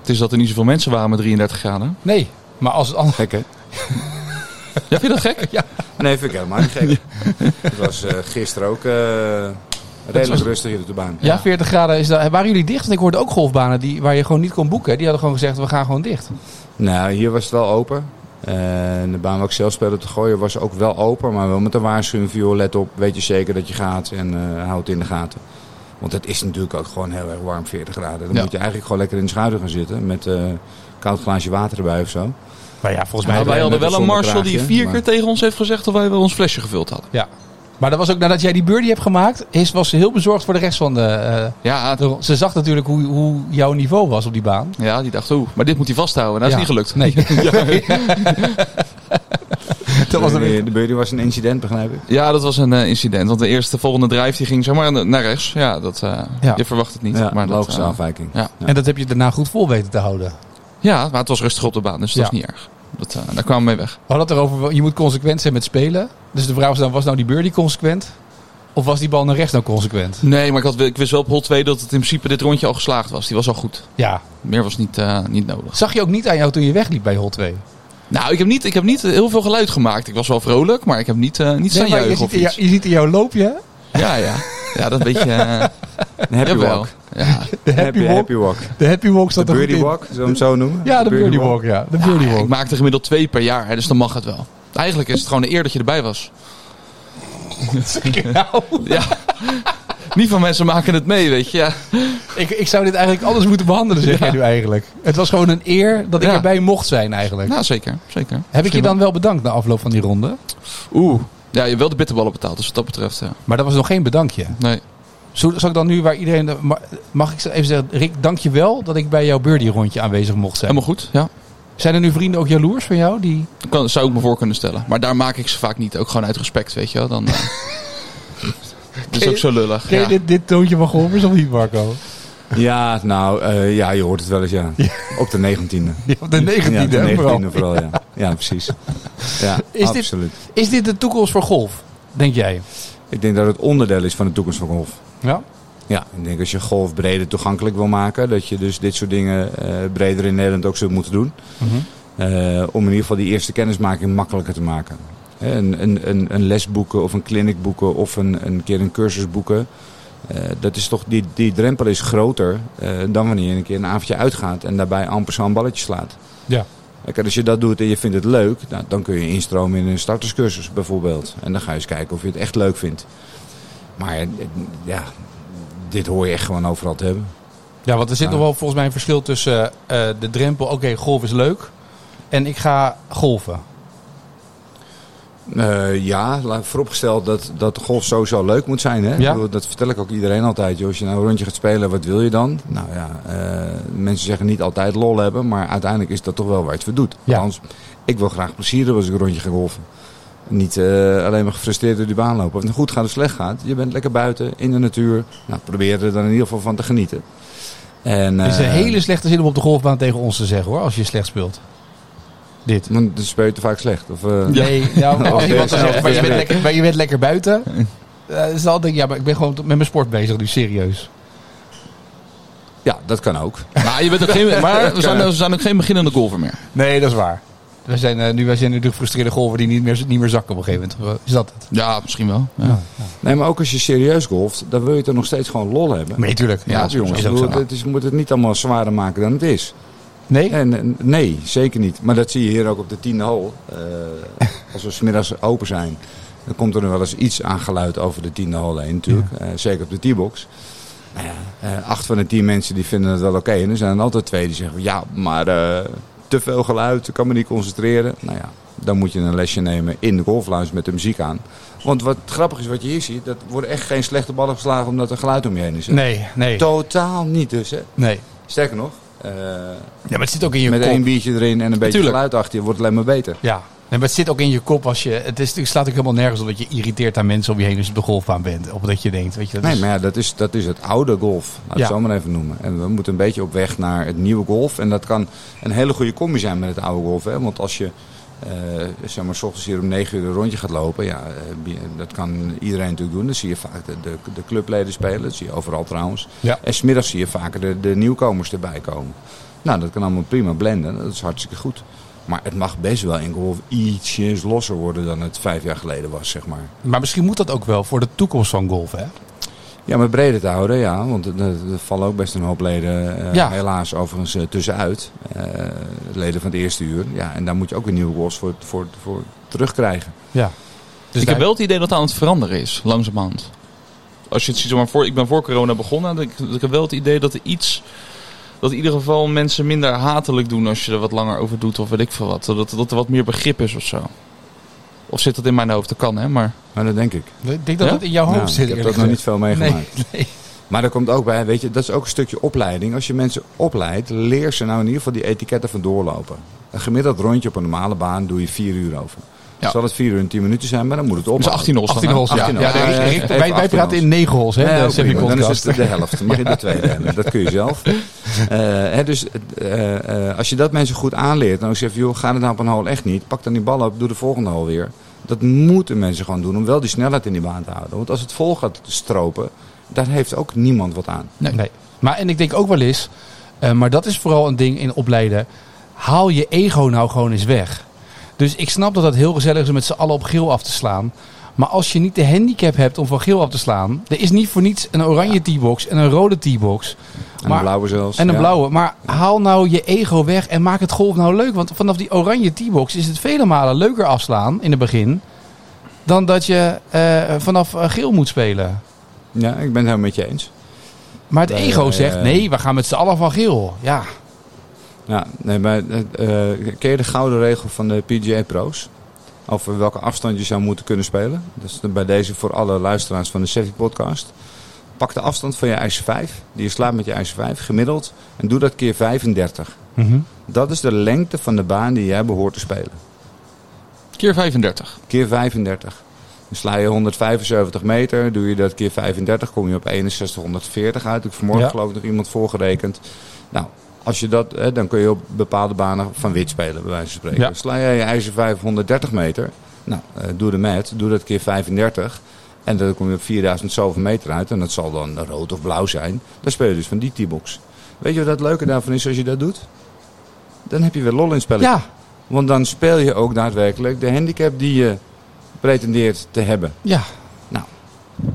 Het is dat er niet zoveel mensen waren met 33 graden. Nou,
Nee, maar als het anders...
Gek, hè?
Ja, vind je dat gek?
Nee, vind ik helemaal niet gek. Het was eh, gisteren ook eh, redelijk rustig hier op de baan.
Ja, 40 graden is dat. Waren jullie dicht? Want ik hoorde ook golfbanen die, waar je gewoon niet kon boeken. Die hadden gewoon gezegd, we gaan gewoon dicht.
Nou, hier was het wel open. Eh, de baan waar ik zelf speelde te gooien was ook wel open. Maar wel met een waarschuwing van, joh, let op. Weet je zeker dat je gaat en eh houd het in de gaten. Want het is natuurlijk ook gewoon heel erg warm, 40 graden. Dan
Ja.
moet je eigenlijk gewoon lekker in de schaduw gaan zitten. Met eh, een koud glaasje water erbij of zo.
Maar ja, volgens
Nou,
wij
wij hadden
met
wel
een
een Marshall die
zonnekraagje,
vier
maar-
keer tegen ons heeft gezegd dat wij wel ons flesje gevuld hadden.
Ja. Maar dat was ook nadat jij die birdie hebt gemaakt, is, was ze heel bezorgd voor de rest van de... eh,
Ja,
de- ze zag natuurlijk hoe, hoe jouw niveau was op die baan.
ja die dacht, oeh, maar dit moet hij vasthouden. En dat
Ja.
is niet gelukt.
Nee. dat
de,
was dan weer-
birdie- de birdie was een incident, begrijp ik.
Ja, dat was een eh, incident. Want de eerste volgende drijf die ging zeg maar naar- naar rechts. Ja, dat, eh,
Ja.
je verwacht het niet.
Ja,
maar dat,
logische
eh,
afwijking.
ja.
En dat heb je daarna goed vol weten te houden.
ja, maar het was rustig op de baan, dus dat
Ja.
is niet erg. Dat, eh, daar kwamen we mee weg.
We hadden het erover, je moet consequent zijn met spelen. Dus de vraag was dan, was nou die birdie consequent? Of was die bal naar rechts nou consequent?
Nee, maar ik, had, wel- ik wist wel op hol 2 dat het in principe dit rondje al geslaagd was. Die was al goed.
Ja.
Meer was niet, eh, niet nodig.
Zag je ook niet aan jou toen je wegliep bij hol 2?
Nou, ik heb niet, ik heb niet heel veel geluid gemaakt. Ik was wel vrolijk, maar ik heb niet, eh niet staan
maar je,
juichen
ziet
of
in jou-
iets.
je ziet in jouw loopje,
Ja, ja. Ja, dat weet je. eh,
Een happy
jawel.
walk.
Ja.
de
Een
happy walk,
happy walk.
de happy walk
De
staat er goed
birdie
in.
walk, zullen we hem zo noemen?
Ja, de birdie walk, ja. De birdie
Ja,
walk.
ik maakte gemiddeld twee per jaar, hè, dus dan mag het wel. Eigenlijk is het gewoon een eer dat je erbij was.
Nou,
Ja. Niet van mensen maken het mee, weet je. Ja.
ik, ik zou dit eigenlijk anders moeten behandelen, zeg jij nu eigenlijk. Het was gewoon een eer dat ik
Ja.
erbij mocht zijn eigenlijk.
Nou, zeker. zeker.
Heb ik je
Misschien
dan wel bedankt na afloop van die ronde?
wel. Oeh. Ja, je hebt wel de bitterballen betaald, dus wat dat betreft, ja.
Maar dat was nog geen bedankje.
Nee.
Zo- Zal ik dan nu waar iedereen... de- ma- Mag ik even zeggen, Rick, dank je wel dat ik bij jouw birdie rondje aanwezig mocht zijn.
Helemaal goed, ja.
Zijn er nu vrienden ook jaloers van jou? Die...
Kan, zou ik me voor kunnen stellen. Maar daar maak ik ze vaak niet. Ook gewoon uit respect, weet je wel. Dan, eh. dat is ook zo lullig.
Ken je
ja.
dit, dit toontje van Golvers of niet, Marco?
Ja, nou, eh, ja, je hoort het wel eens, ja. Op de 19e.
Ja, op de 19e,
Ja, de
hè, vooral.
19e vooral, ja. Ja, precies. Ja,
Is dit-
absoluut.
Is dit de toekomst voor golf, denk jij?
Ik denk dat het onderdeel is van de toekomst van golf.
Ja.
Ja, ik denk als je golf breder toegankelijk wil maken, dat je dus dit soort dingen eh, breder in Nederland ook zult moeten doen.
Mhm.
Eh, om in ieder geval die eerste kennismaking makkelijker te maken. Hè, Een, een, een, een les boeken of een clinic boeken of een, een keer een cursus boeken. Eh, dat is toch, die, die drempel is groter eh, dan wanneer je een keer een avondje uitgaat en daarbij amper zo'n balletje slaat.
Ja.
Kijk, dus als je dat doet en je vindt het leuk, nou, dan kun je instromen in een starterscursus bijvoorbeeld. En dan ga je eens kijken of je het echt leuk vindt. Maar eh, ja, dit hoor je echt gewoon overal te hebben.
Ja, want er zit
Ja.
nog wel volgens mij een verschil tussen eh, eh, de drempel, oké, golf is leuk. En ik ga golven.
Eh, ja, laat vooropgesteld dat, dat golf sowieso leuk moet zijn. Hè?
Ja.
Ik bedoel, Dat vertel ik ook iedereen altijd. Joh. Als je nou een rondje gaat spelen, wat wil je dan? Nou ja, eh, mensen zeggen niet altijd lol hebben, maar uiteindelijk is dat toch wel waar je het voor doet.
Ja.
Althans, ik wil graag plezier hebben als ik een rondje ga golfen. Niet eh, alleen maar gefrustreerd door die baan lopen. Of het goed gaat of slecht gaat. Je bent lekker buiten, in de natuur. Nou, probeer er dan in ieder geval van te genieten. En,
Het is een
eh,
hele slechte zin om op de golfbaan tegen ons te zeggen hoor, als je slecht speelt. Dit.
Want dan speel je te vaak slecht. Of, eh,
Ja.
Nee, ja, maar als
Oké,
iemand dan
snap
zegt,
ik.
maar je bent lekker, maar je bent lekker buiten. eh, is dan denk ik, ja, maar ik ben gewoon met mijn sport bezig nu, serieus.
ja, dat kan ook.
Maar, je bent ook geen, maar we, zijn, we zijn ook geen beginnende golfer meer.
Nee, dat is waar. We zijn, eh, nu, wij zijn nu de gefrustreerde golfer die niet meer, niet meer zakken op een gegeven moment. Is dat het?
Ja, misschien wel. Ja.
Nee, maar ook als je serieus golft, dan wil je toch nog steeds gewoon lol hebben.
Nee, natuurlijk.
Ja, jongens.
Is
Ik
ook
bedoel,
zo.
het is, je moet het niet allemaal zwaarder maken dan het is.
Nee?
En, en- nee, zeker niet. Maar dat zie je hier ook op de tiende hole. Eh, als we smiddags open zijn, dan komt er nog wel eens iets aan geluid over de tiende hole heen natuurlijk. Eh, zeker op de t-box. Nou ja, eh, acht van de tien mensen die vinden het wel oké. En er zijn er altijd twee die zeggen, ja, maar eh, te veel geluid, ik kan me niet concentreren. Nou ja, dan moet je een lesje nemen in de golflounge met de muziek aan. Want wat grappig is wat je hier ziet, dat worden echt geen slechte ballen geslagen omdat er geluid om je heen is. hè?
Nee, nee.
Totaal niet dus, hè.
Nee.
Sterker nog, eh,
Ja, maar het zit ook in je
met
kop.
één biertje erin en een beetje
Tuurlijk.
geluid achter je wordt het alleen maar beter.
Ja. Nee, maar het zit ook in je kop als je... Het, is, het slaat ook helemaal nergens op dat je irriteert aan mensen om je heen als je op de golfbaan bent. Of dat je denkt, weet je... Dat
Nee,
is-
maar ja, dat is, dat is het oude golf. Laat ik
Ja.
het zo maar even noemen. En we moeten een beetje op weg naar het nieuwe golf. En dat kan een hele goede combi zijn met het oude golf. Hè? Want als je, eh zeg maar, s ochtends hier om 9 uur een rondje gaat lopen. Ja, eh, bi- dat kan iedereen natuurlijk doen. Dan zie je vaak de, de, de clubleden spelen. Dat zie je overal trouwens.
Ja.
En smiddags zie je vaker de, de nieuwkomers erbij komen. Nou, dat kan allemaal prima blenden. Dat is hartstikke goed. Maar het mag best wel in golf ietsjes losser worden dan het vijf jaar geleden was, zeg maar.
Maar misschien moet dat ook wel voor de toekomst van golf, hè?
Ja, maar breder te houden, ja. Want er, er vallen ook best een hoop leden, eh,
Ja.
helaas overigens, eh, tussenuit. Eh, leden van het eerste uur. Ja, en daar moet je ook weer nieuwe goals voor, voor, voor terugkrijgen.
Ja. Dus
ik
daar-
heb wel het idee dat het aan het veranderen is, langzamerhand. Als je het ziet, zeg maar voor, ik ben voor corona begonnen. dat Ik, dat ik heb wel het idee dat er iets. Dat in ieder geval mensen minder hatelijk doen als je er wat langer over doet of weet ik veel wat. Dat, dat er wat meer begrip is of zo. Of zit dat in mijn hoofd? Dat kan hè, maar
Maar dat denk ik.
Ik denk Oh, dat
Ja?
het in jouw hoofd
Nou,
zit.
ik heb dat
eerlijk
nog niet
gezegd.
veel meegemaakt.
Nee, nee.
Maar er komt ook bij, weet je, dat is ook een stukje opleiding. Als je mensen opleidt, leer ze nou in ieder geval die etiketten van doorlopen. Een gemiddeld rondje op een normale baan doe je vier uur over.
Ja.
Zal het vier uur en tien minuten zijn, maar dan moet het op.
dus 18 hols. dan,
18
hè?
holes, ja.
18
ja.
holes.
nee,
Ja,
ik-
even
wij, wij
18
praten in
holes.
9 holes, hè?
Nee,
de
ook prima. dan is
semi-podcast.
het de helft. Dan mag je de tweede hebben. Dat kun je zelf. Eh, hè, dus eh, eh, als je dat mensen goed aanleert. En ook zegt, joh, ga er nou op een hole echt niet. Pak dan die bal op, doe de volgende hole weer. Dat moeten mensen gewoon doen om wel die snelheid in die baan te houden. Want als het vol gaat stropen, daar heeft ook niemand wat aan.
Nee. Maar en ik denk ook wel eens, eh, maar dat is vooral een ding in opleiden. Haal je ego nou gewoon eens weg. Dus ik snap dat dat heel gezellig is om met z'n allen op geel af te slaan. Maar als je niet de handicap hebt om van geel af te slaan. Er is niet voor niets een oranje t-box en een rode t-box.
En
Maar-
een blauwe zelfs.
En een
ja.
blauwe. Maar haal nou je ego weg en maak het golf nou leuk. Want vanaf die oranje t-box is het vele malen leuker afslaan in het begin. Dan dat je eh, vanaf eh, geel moet spelen.
Ja, ik ben het helemaal met je eens.
Maar het
Nee,
ego
nee,
zegt
eh.
nee, we gaan met z'n allen van geel. Ja.
Ja, nee, maar eh, eh, ken je de gouden regel van de PGA Pro's? Over welke afstand je zou moeten kunnen spelen. Dat is bij deze voor alle luisteraars van de Safety Podcast. Pak de afstand van je ijs 5, die je slaat met je ijs 5, gemiddeld. En doe dat keer 35. Dat is de lengte van de baan die jij behoort te spelen.
Keer 35.
Keer 35. Dan sla je 175 meter, doe je dat keer 35, kom je op 6140 uit. Ik heb vanmorgen
Ja.
geloof ik nog iemand voorgerekend. Nou, als je dat, hè, dan kun je op bepaalde banen van wit spelen, bij wijze van spreken.
Ja.
Sla jij je ijzer 530 meter, nou, eh, doe de mat, doe dat keer 35. En dan kom je op 4000 zoveel meter uit. En dat zal dan rood of blauw zijn. Dan speel je dus van die T-box. Weet je wat het leuke daarvan is als je dat doet? Dan heb je weer lol in het spelletje.
Ja,
Want dan speel je ook daadwerkelijk de handicap die je pretendeert te hebben.
ja.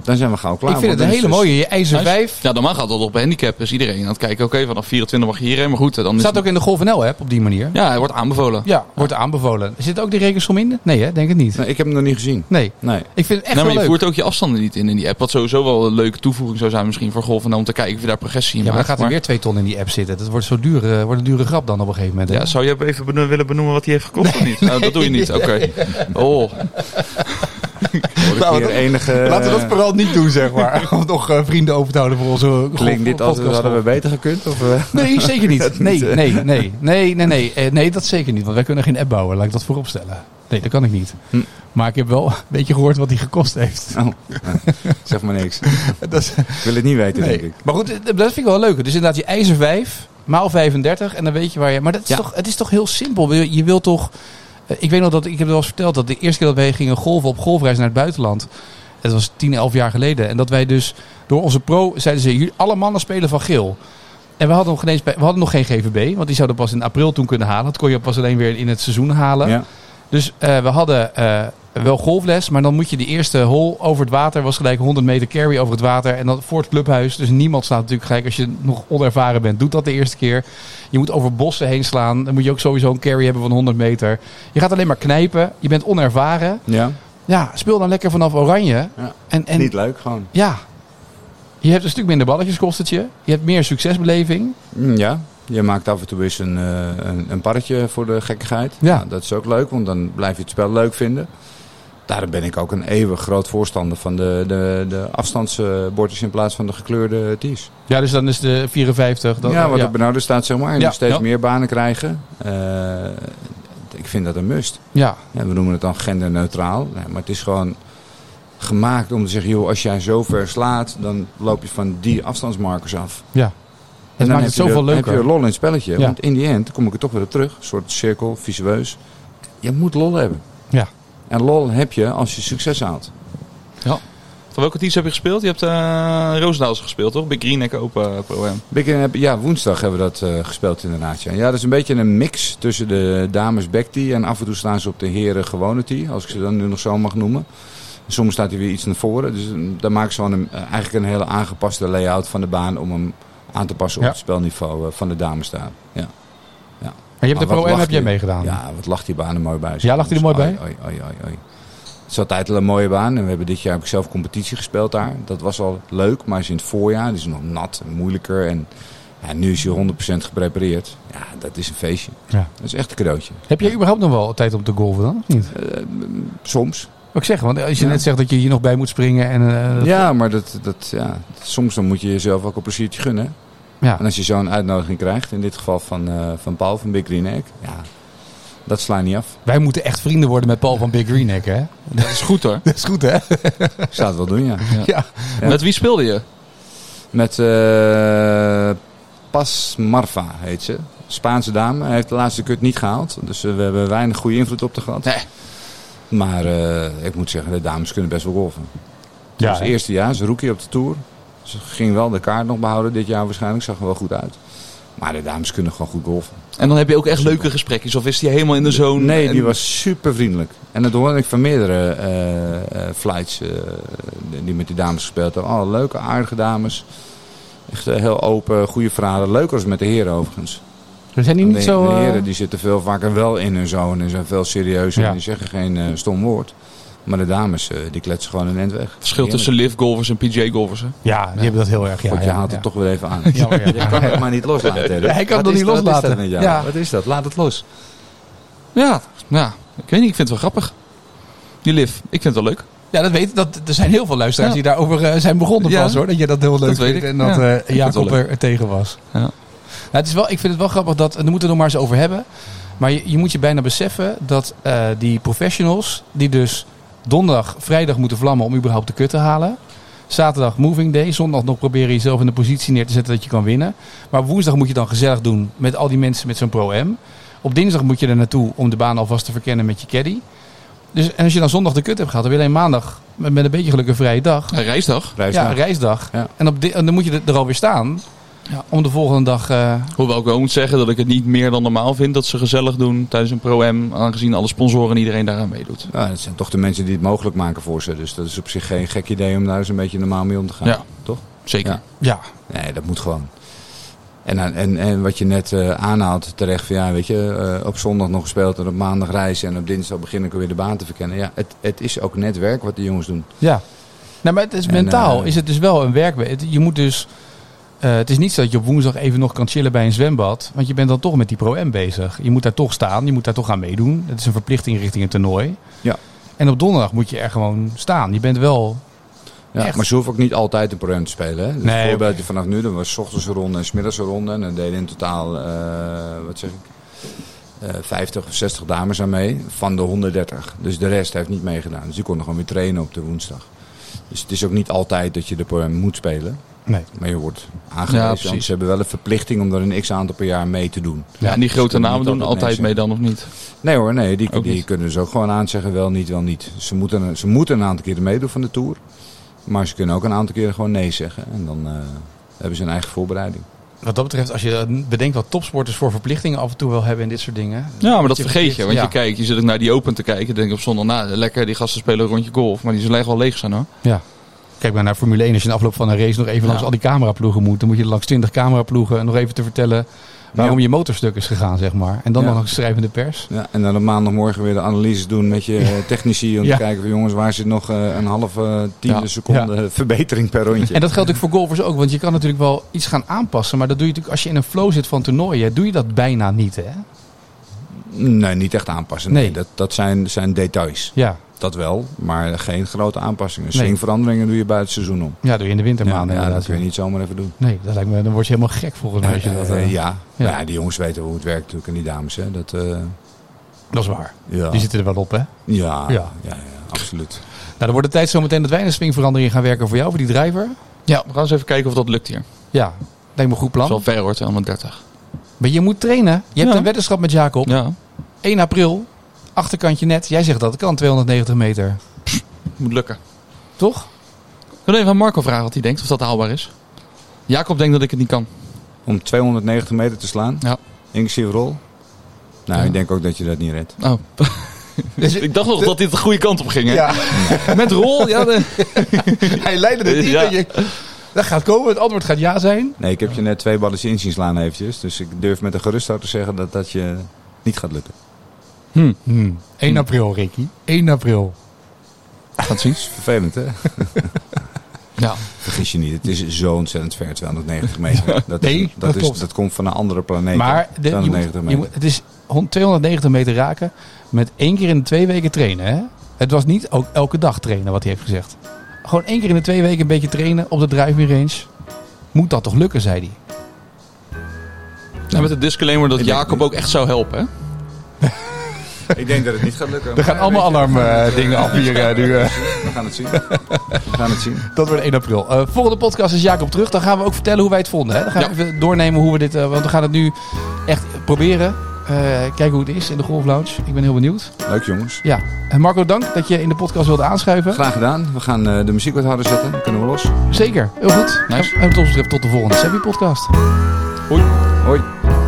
Dan zijn we gauw klaar.
ik vind
want
het een
dan
hele
is dus-
mooie. Je ijzer 5
Ja, normaal gaat dat op handicap. Dus iedereen aan het kijken. Oké, vanaf 24 mag je hierheen. Maar goed, dan is
staat ook in de Golf NL app op die manier. Ja,
Ja, hij wordt aanbevolen.
wordt aanbevolen. Zit ook die rekensom in? Nee, hè? denk het niet.
Nee, ik heb hem nog niet gezien.
Nee.
Nee.
Ik vind het echt
nou, maar je
wel leuk.
voert ook je afstanden niet in in die app. Wat sowieso wel een leuke toevoeging zou zijn misschien voor golf. En om te kijken of je daar progressie
Ja, maar
in
dan
maakt.
gaat er weer twee ton in die app zitten. Dat wordt zo duur, eh, wordt een dure grap dan op een gegeven moment. hè?
Ja, zou je even beno- willen benoemen wat hij heeft gekocht of niet? Nou, dat doe je niet. Oké. Oh,
Voor de
Nou,
keer
dat-
enige... eh,
Laten we dat vooral niet doen, zeg maar. Om nog eh, vrienden over te houden voor onze golf-
Klinkt dit als
podcast.
hadden we beter gekund? Of, eh?
Nee, zeker niet. Nee, nee, nee. Nee, nee, nee. Eh, Nee, dat zeker niet. Want wij kunnen geen app bouwen. Laat ik dat voorop stellen. Nee, dat kan ik niet.
Hm.
Maar ik heb wel een beetje gehoord wat die gekost heeft.
Oh, nou, zeg maar niks.
Dat is,
Ik wil het niet weten,
nee.
denk ik.
Maar goed, eh, dat vind ik wel leuk. Dus inderdaad, je ijzer 5 maal 35 en dan weet je waar je... Maar dat is
Ja.
toch, het is toch heel simpel. Je, je wil toch... eh, Ik weet nog dat ik heb het wel eens verteld dat de eerste keer dat wij gingen golven op golfreis naar het buitenland. Het was 10, 11 jaar geleden. En dat wij dus door onze pro zeiden ze: "Jullie- alle mannen spelen van geel. En we hadden, nog geen eens bij, we hadden nog geen GVB, want die zouden pas in april toen kunnen halen. Dat kon je pas alleen weer in het seizoen halen.
Ja.
Dus eh, we hadden eh, wel golfles, maar dan moet je die eerste hole over het water, was gelijk 100 meter carry over het water. En dan voor het clubhuis. Dus niemand staat natuurlijk gelijk, als je nog onervaren bent, doet dat de eerste keer. Je moet over bossen heen slaan. Dan moet je ook sowieso een carry hebben van 100 meter. Je gaat alleen maar knijpen. Je bent onervaren.
Ja.
Ja, speel dan lekker vanaf oranje.
Ja.
En, en
Niet leuk gewoon.
ja, je hebt een stuk minder balletjes kost het je. Je hebt meer succesbeleving.
Mm, Ja. Je maakt af en toe eens een, eh, een, een parretje voor de gekkigheid.
Ja.
Nou, dat is ook leuk, want dan blijf je het spel leuk vinden. Daarom ben ik ook een eeuwig groot voorstander van de, de, de afstandsbordjes in plaats van de gekleurde tees.
Ja, dus dan is de 54. Dat,
ja, wat
ja.
de benauwde staat zeg maar. En
Ja.
die steeds
Ja.
meer banen krijgen. Eh, ik vind dat een must.
ja,
Ja, we noemen het dan genderneutraal. Nee, maar het is gewoon gemaakt om te zeggen, joh, als jij zo ver slaat, dan loop je van die afstandsmarkers af.
ja. Het
En dan
maakt
heb
het
je
zoveel
er-
leuker.
heb je er lol in het spelletje.
Ja.
Want in die end, daar kom ik er toch weer op terug, een soort cirkel, visueus. Je moet lol hebben.
Ja.
En lol heb je als je succes haalt.
Van welke teams heb je gespeeld? Je hebt eh Roosendaals gespeeld, toch? Bij Greenneck Open eh, Pro Am.
Big in heb- ja, woensdag hebben we dat eh, gespeeld inderdaad. Ja. ja, dat is een beetje een mix tussen de dames backtee en af en toe staan ze op de heren gewone tee, als ik ze dan nu nog zo mag noemen. Soms staat hij weer iets naar voren, dus mm, daar maken ze gewoon een, eh, eigenlijk een hele aangepaste layout van de baan om hem aan te passen op
Ja.
het spelniveau eh, van de dames daar. Ja.
Maar je hebt de
Maar wat
Pro M
lacht
heb jij
je?
meegedaan.
Ja, wat lag die baan er mooi bij. zeg.
Ja, lag die er mooi bij?
Oei, oei, oei, oei. Het is altijd wel een mooie baan. En we hebben dit jaar heb ik zelf competitie gespeeld daar. Dat was al leuk, maar is in het voorjaar. Die is nog nat en moeilijker. En ja, nu is je 100% geprepareerd. Ja, dat is een feestje.
Ja.
Dat is echt een cadeautje.
Heb jij überhaupt nog wel tijd om te golven dan? Of niet?
Soms.
Wat ik zeg, want als je
Ja.
net zegt dat je hier nog bij moet springen en... eh, dat-
Ja, maar dat, dat, ja, soms dan moet je jezelf ook een pleziertje gunnen.
ja.
En als je zo'n uitnodiging krijgt, in dit geval van, eh, van Paul van Big Green Egg. Ja, dat sla je niet af.
Wij moeten echt vrienden worden met Paul van Big Greenneck, hè?
Dat is goed hoor.
Dat is goed, hè?
Ik zou het wel doen, ja.
Ja.
Ja.
Met wie speelde je?
Met eh Pas Marfa heet ze. Spaanse dame. Hij heeft de laatste kut niet gehaald. Dus eh, we hebben weinig goede invloed op de gehad.
Nee.
Maar eh, ik moet zeggen, de dames kunnen best wel golven. Ja, het eerste jaar, ze rookie op de Tour. Ze ging wel de kaart nog behouden dit jaar waarschijnlijk. Zag er wel goed uit. Maar de dames kunnen gewoon goed golven.
En dan heb je ook echt leuke gesprekjes. Of is die helemaal in de zone?
Nee, die
En-
was super vriendelijk. En dat hoorde ik van meerdere eh, eh, flights eh, die met die dames gespeeld hebben. Oh, leuke, aardige dames. Echt eh, heel open, goede verhalen. Leuk als met de heren overigens.
We zijn die
Want
niet
de,
zo...
de
eh,
heren die zitten veel vaker wel in hun zone en zijn veel serieuzer.
Ja.
En die zeggen geen eh, stom woord. Maar de dames, eh, die kletsen gewoon een end weg.
Verschil tussen liftgolfers en PJ-golfers. hè?
Ja, die hebben dat heel erg. Ja,
Want je
ja,
haalt
ja.
het toch weer even aan.
Ja, maar ja.
Je kan het maar niet loslaten. hè, Ruud.
Ja, ik kan
Wat
het nog
is
niet
dat- Wat is
loslaten.
dat met jou?
Ja.
Wat is dat? Laat het los.
Ja, ja, ik weet niet. Ik vind het wel grappig. Die lift. Ik vind het wel leuk.
Ja, dat weet dat, Er zijn heel veel luisteraars
Ja.
die daarover eh, zijn begonnen
Ja.
pas hoor. Dat je dat heel leuk
weet
vindt
ik.
en dat
Ja.
eh,
Ik vind het
Jacob
wel leuk.
er er tegen was.
Ja.
Nou, het is wel, ik vind het wel grappig dat, en daar moeten we het nog maar eens over hebben. Maar je, je moet je bijna beseffen dat eh, die professionals, die dus donderdag, vrijdag moeten vlammen om überhaupt de kut te halen. Zaterdag moving day, zondag nog proberen jezelf in de positie neer te zetten dat je kan winnen. Maar woensdag moet je dan gezellig doen met al die mensen met zo'n pro-M. Op dinsdag moet je er naartoe om de baan alvast te verkennen met je caddy. Dus, en als je dan zondag de kut hebt gehad, dan wil je alleen maandag met, met een beetje geluk een vrije dag.
Een reisdag.
Reis
Ja,
naar.
een reisdag.
Ja.
En, op di- en dan moet je er- er alweer staan om de volgende dag... eh,
Hoewel ik wel moet zeggen dat ik het niet meer dan normaal vind dat ze gezellig doen tijdens een Pro-M. Aangezien alle sponsoren en iedereen daaraan meedoet.
Ja, dat zijn toch de mensen die het mogelijk maken voor ze. Dus dat is op zich geen gek idee om daar eens een beetje normaal mee om te gaan.
Ja.
Toch?
Zeker.
Ja.
ja,
Nee, dat moet gewoon. En, dan- en, en wat je net eh, aanhaalt terecht van ja, weet je, eh, op zondag nog gespeeld en op maandag reizen en op dinsdag begin ik weer de baan te verkennen. Ja, het, het is ook net werk wat de jongens doen.
Ja. Nou, maar het is
En,
mentaal
eh,
is het dus wel een werk. het- Je moet dus. eh, het is niet zo dat je op woensdag even nog kan chillen bij een zwembad. Want je bent dan toch met die Pro-M bezig. Je moet daar toch staan. Je moet daar toch aan meedoen. Het is een verplichting richting een toernooi.
Ja.
En op donderdag moet je er gewoon staan. Je bent wel...
Ja,
Echt?
maar ze hoeven ook niet altijd een probleem te spelen. Hè? Dus
Nee,
een voorbeeldje vanaf nu, dan was 's ochtends een ronde en 's middags een ronde. En dan deden in totaal, eh, wat zeg ik, eh 50 of 60 dames aan mee van de 130. Dus de rest heeft niet meegedaan. Dus die konden gewoon weer trainen op de woensdag. Dus het is ook niet altijd dat je de probleem moet spelen.
Nee.
Maar je wordt
Ja,
aangewezen.
precies.
want ze hebben wel een verplichting om er een x-aantal per jaar mee te doen.
Ja, en die grote
Dus dat
namen
moet
doen
altijd
altijd
nee
mee dan of niet?
Nee hoor, nee, die,
Ook
die
niet.
kunnen dus ook gewoon aanzeggen wel niet, wel niet. Ze moeten, ze moeten een aantal keren meedoen van de Tour. Maar ze kunnen ook een aantal keren gewoon nee zeggen. En dan eh, hebben ze een eigen voorbereiding.
Wat dat betreft, als je bedenkt wat topsporters voor verplichtingen af en toe wel hebben en dit soort dingen.
Ja, maar dat
je
vergeet je. Want je
verplicht-
kijkt, je zit ook naar die open te kijken. Dan denk ik op zondag, nou lekker, die gasten spelen een rondje golf. Maar die zullen wel leeg zijn hoor.
Ja. Kijk maar naar Formule 1. Als je in de afloop van een race nog even langs
Ja.
al die cameraploegen moet. Dan moet je langs 20 cameraploegen. En nog even te vertellen waarom je motorstuk is gegaan, zeg maar. En dan
Ja.
nog een schrijvende pers.
Ja, en dan op maandagmorgen weer de analyse doen met je eh, technici. Om
Ja.
te kijken van jongens, waar zit nog eh, een halve eh, tiende
Ja.
seconde verbetering per rondje.
En dat geldt ook voor golfers ook. Want je kan natuurlijk wel iets gaan aanpassen. Maar dat doe je natuurlijk als je in een flow zit van toernooien. Doe je dat bijna niet, hè?
Nee, niet echt aanpassen. Nee,
Nee.
dat, dat zijn, zijn details.
Ja.
Dat wel, maar geen grote aanpassingen.
Nee.
Swingveranderingen doe je buiten het seizoen om.
Ja, doe je in de wintermaanden
ja, dat
inderdaad.
kun je niet zomaar even doen.
Nee, dat lijkt me, dan word je helemaal gek volgens mij. Als je dat,
Eh,
eh,
ja.
ja.
Ja. die jongens weten hoe het werkt natuurlijk en die dames. Hè. Dat, eh,
Dat is waar.
ja.
Die zitten er wel op, hè?
Ja,
Ja.
ja. ja, absoluut.
Nou, dan wordt het tijd zometeen dat wij een swingverandering gaan werken voor jou, voor die driver.
Ja, we gaan eens even kijken of dat lukt hier.
Ja, lijkt me een goed
Dat is wel
plan.
ver hoor, 230.
Maar je moet trainen. Je hebt
Ja.
een weddenschap met Jacob.
Ja,
1 april, achterkantje net. Jij zegt dat het kan, 290 meter.
moet lukken.
Toch?
Zullen we even aan Marco vragen wat hij denkt, of dat haalbaar is? Jacob denkt dat ik het niet kan.
Om 290 meter te slaan,
Ja.
inclusief rol. Nou,
Ja.
ik denk ook dat je dat niet redt.
Oh. ik dacht nog dat dit Dus- de goede kant op ging. Hè?
Ja,
Met rol, ja. de-
hij leidde het niet.
Ja.
dat je- Dat gaat komen, het antwoord gaat ja zijn.
Nee, ik heb je net twee ballen in zien slaan eventjes. Dus ik durf met een gerust hart te zeggen dat dat je niet gaat lukken.
Hm,
1 april, Ricky. 1 april.
gaat zien.
Vervelend, hè?
Ja.
Vergis je niet, het is zo ontzettend ver, 290 meter. Dat,
Nee,
dat,
dat klopt.
is, dat komt van een andere planeet.
Maar
hè?
de- je moet-
290
je
meter.
moet- het is hond- 290 meter raken met één keer in de twee weken trainen. Hè? Het was niet ook elke dag trainen wat hij heeft gezegd. Gewoon één keer in de twee weken een beetje trainen op de driving range. Moet dat toch lukken, zei hij.
En met de disclaimer dat
Ik denk
Jacob
niet.
ook echt zou helpen. Hè?
Ik denk dat het niet gaat lukken.
Er gaan allemaal alarmdingen af hier eh, nu. eh.
We gaan het zien. We gaan het zien.
Dat wordt 1 april. Eh, volgende podcast is Jacob terug. Dan gaan we ook vertellen hoe wij het vonden. Hè? Dan gaan we even doornemen hoe we dit... eh, want we gaan het nu echt proberen. Eh, kijken hoe het is in de Golf Lounge. Ik ben heel benieuwd.
Leuk jongens.
Ja. En Marco, dank dat je in de podcast wilde aanschuiven.
Graag gedaan. We gaan eh, de muziek wat harder zetten. Dan kunnen we los.
Zeker, heel goed.
Nice.
En wat ons betreft tot de volgende Savvy Podcast.
Hoi.